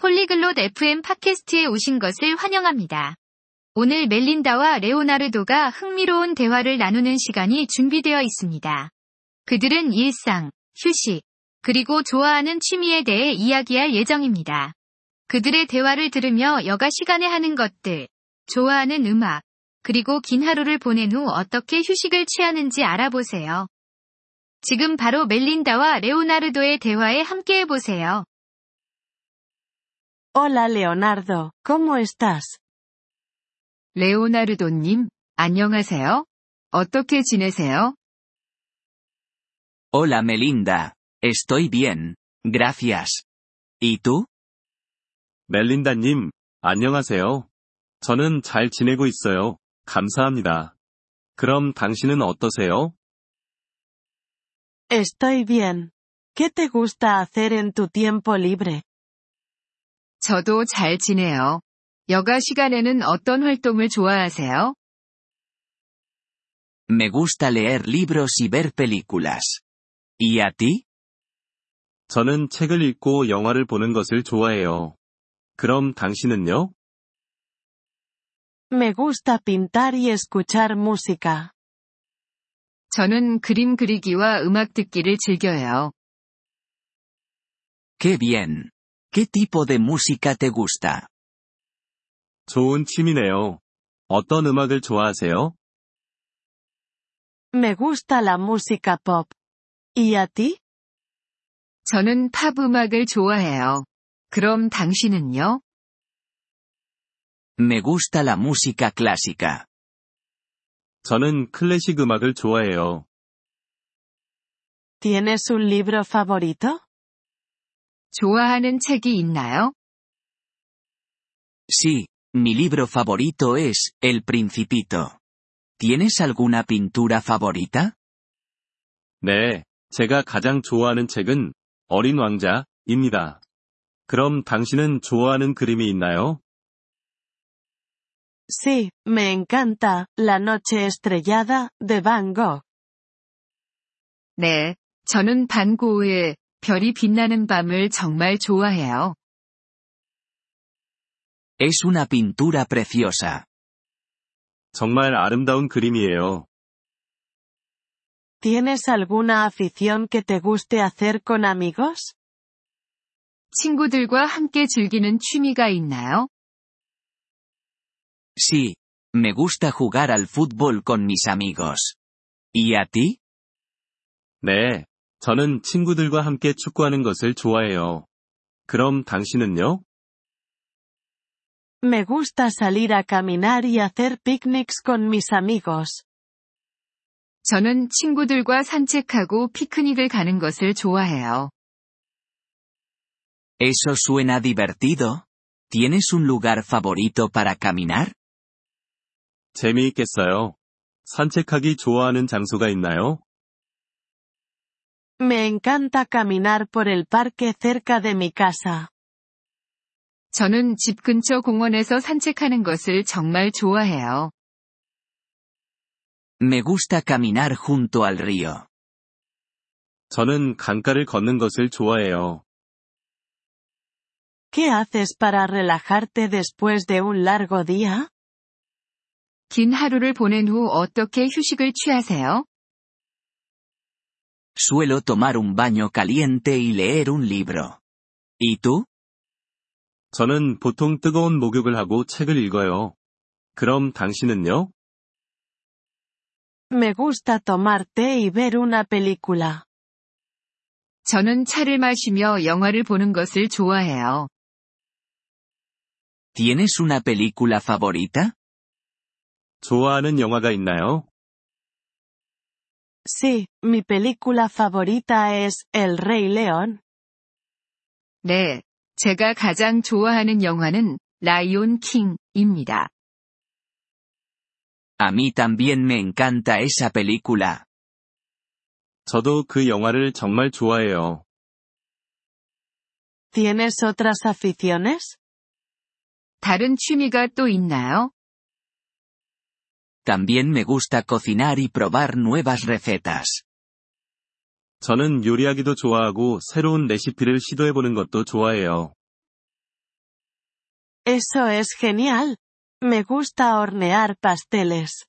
폴리글롯 FM 팟캐스트에 오신 것을 환영합니다. 오늘 멜린다와 레오나르도가 흥미로운 대화를 나누는 시간이 준비되어 있습니다. 그들은 일상, 휴식, 그리고 좋아하는 취미에 대해 이야기할 예정입니다. 그들의 대화를 들으며 여가 시간에 하는 것들, 좋아하는 음악, 그리고 긴 하루를 보낸 후 어떻게 휴식을 취하는지 알아보세요. 지금 바로 멜린다와 레오나르도의 대화에 함께 해보세요. Hola Leonardo, ¿cómo estás? 레오나르도님, 안녕하세요. 어떻게 지내세요? Hola Melinda, estoy bien, gracias. ¿Y tú? 멜린다님, 안녕하세요. 저는 잘 지내고 있어요. 감사합니다. 그럼 당신은 어떠세요? Estoy bien. ¿Qué te gusta hacer en tu tiempo libre? 저도 잘 지내요. 여가 시간에는 어떤 활동을 좋아하세요? Me gusta leer libros y ver películas. ¿Y a ti? 저는 책을 읽고 영화를 보는 것을 좋아해요. 그럼 당신은요? Me gusta pintar y escuchar música. 저는 그림 그리기와 음악 듣기를 즐겨요. Qué bien. ¿Qué tipo de música te gusta? 좋은 취미네요. 어떤 음악을 좋아하세요? Me gusta la música pop. ¿Y a ti? 저는 팝 음악을 좋아해요. 그럼 당신은요? Me gusta la música clásica. 저는 클래식 음악을 좋아해요. ¿Tienes un libro favorito? 좋아하는 책이 있나요? Sí, mi libro favorito es El Principito. ¿Tienes alguna pintura favorita? 네, 제가 가장 좋아하는 책은 어린 왕자입니다. 그럼 당신은 좋아하는 그림이 있나요? Sí, me encanta, La Noche Estrellada, de Van Gogh. 네. 저는 반고흐의 별이 빛나는 밤을 정말 좋아해요. Es una pintura preciosa. 정말 아름다운 그림이에요. ¿Tienes alguna afición que te guste hacer con amigos? 친구들과 함께 즐기는 취미가 있나요? Sí, me gusta jugar al fútbol con mis amigos. ¿Y a ti? 네, 저는 친구들과 함께 축구하는 것을 좋아해요. 그럼 당신은요? Me gusta salir a caminar y hacer picnics con mis amigos. 저는 친구들과 산책하고 피크닉을 가는 것을 좋아해요. Eso suena divertido. ¿Tienes un lugar favorito para caminar? 재미있겠어요. 산책하기 좋아하는 장소가 있나요? Me encanta caminar por el parque cerca de mi casa. 저는 집 근처 공원에서 산책하는 것을 정말 좋아해요. Me gusta caminar junto al río. 저는 강가를 걷는 것을 좋아해요. ¿Qué haces para relajarte después de un largo día? 긴 하루를 보낸 후 어떻게 휴식을 취하세요? Suelo tomar un baño caliente y leer un libro. ¿Y tú? 저는 보통 뜨거운 목욕을 하고 책을 읽어요. 그럼 당신은요? Me gusta tomar té y ver una película. 저는 차를 마시며 영화를 보는 것을 좋아해요. ¿Tienes una película favorita? 좋아하는 영화가 있나요? Sí, mi película favorita es El Rey León. 네. 제가 가장 좋아하는 영화는 라이온 킹입니다. A mí también me encanta esa película. 저도 그 영화를 정말 좋아해요. ¿Tienes otras aficiones? 다른 취미가 또 있나요? También me gusta cocinar y probar nuevas recetas. 저는 요리하기도 좋아하고 새로운 레시피를 시도해보는 것도 좋아해요. Eso es genial. Me gusta hornear pasteles.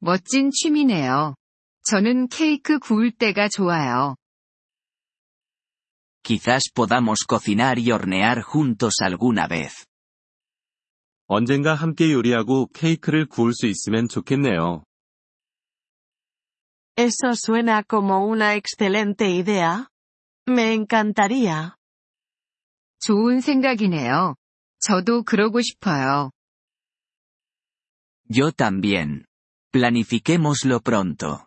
멋진 취미네요. 저는 케이크 구울 때가 좋아요. Quizás podamos cocinar y hornear juntos alguna vez. 언젠가 함께 요리하고 케이크를 구울 수 있으면 좋겠네요. Eso suena como una excelente idea. Me encantaría. 좋은 생각이네요. 저도 그러고 싶어요. Yo también. Planifiquémoslo pronto.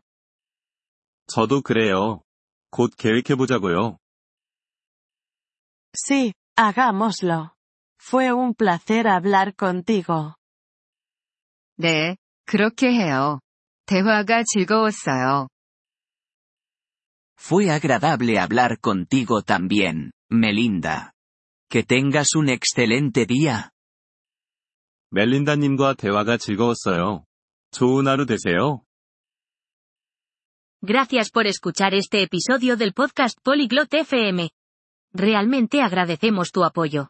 저도 그래요. 곧 계획해보자고요. Sí, hagámoslo. Fue un placer hablar contigo. 네, 그렇게 해요. 대화가 즐거웠어요. Fue agradable hablar contigo también, Melinda. Que tengas un excelente día. 멜린다님과 대화가 즐거웠어요. 좋은 하루 되세요. Gracias por escuchar este episodio del podcast Polyglot FM. Realmente agradecemos tu apoyo.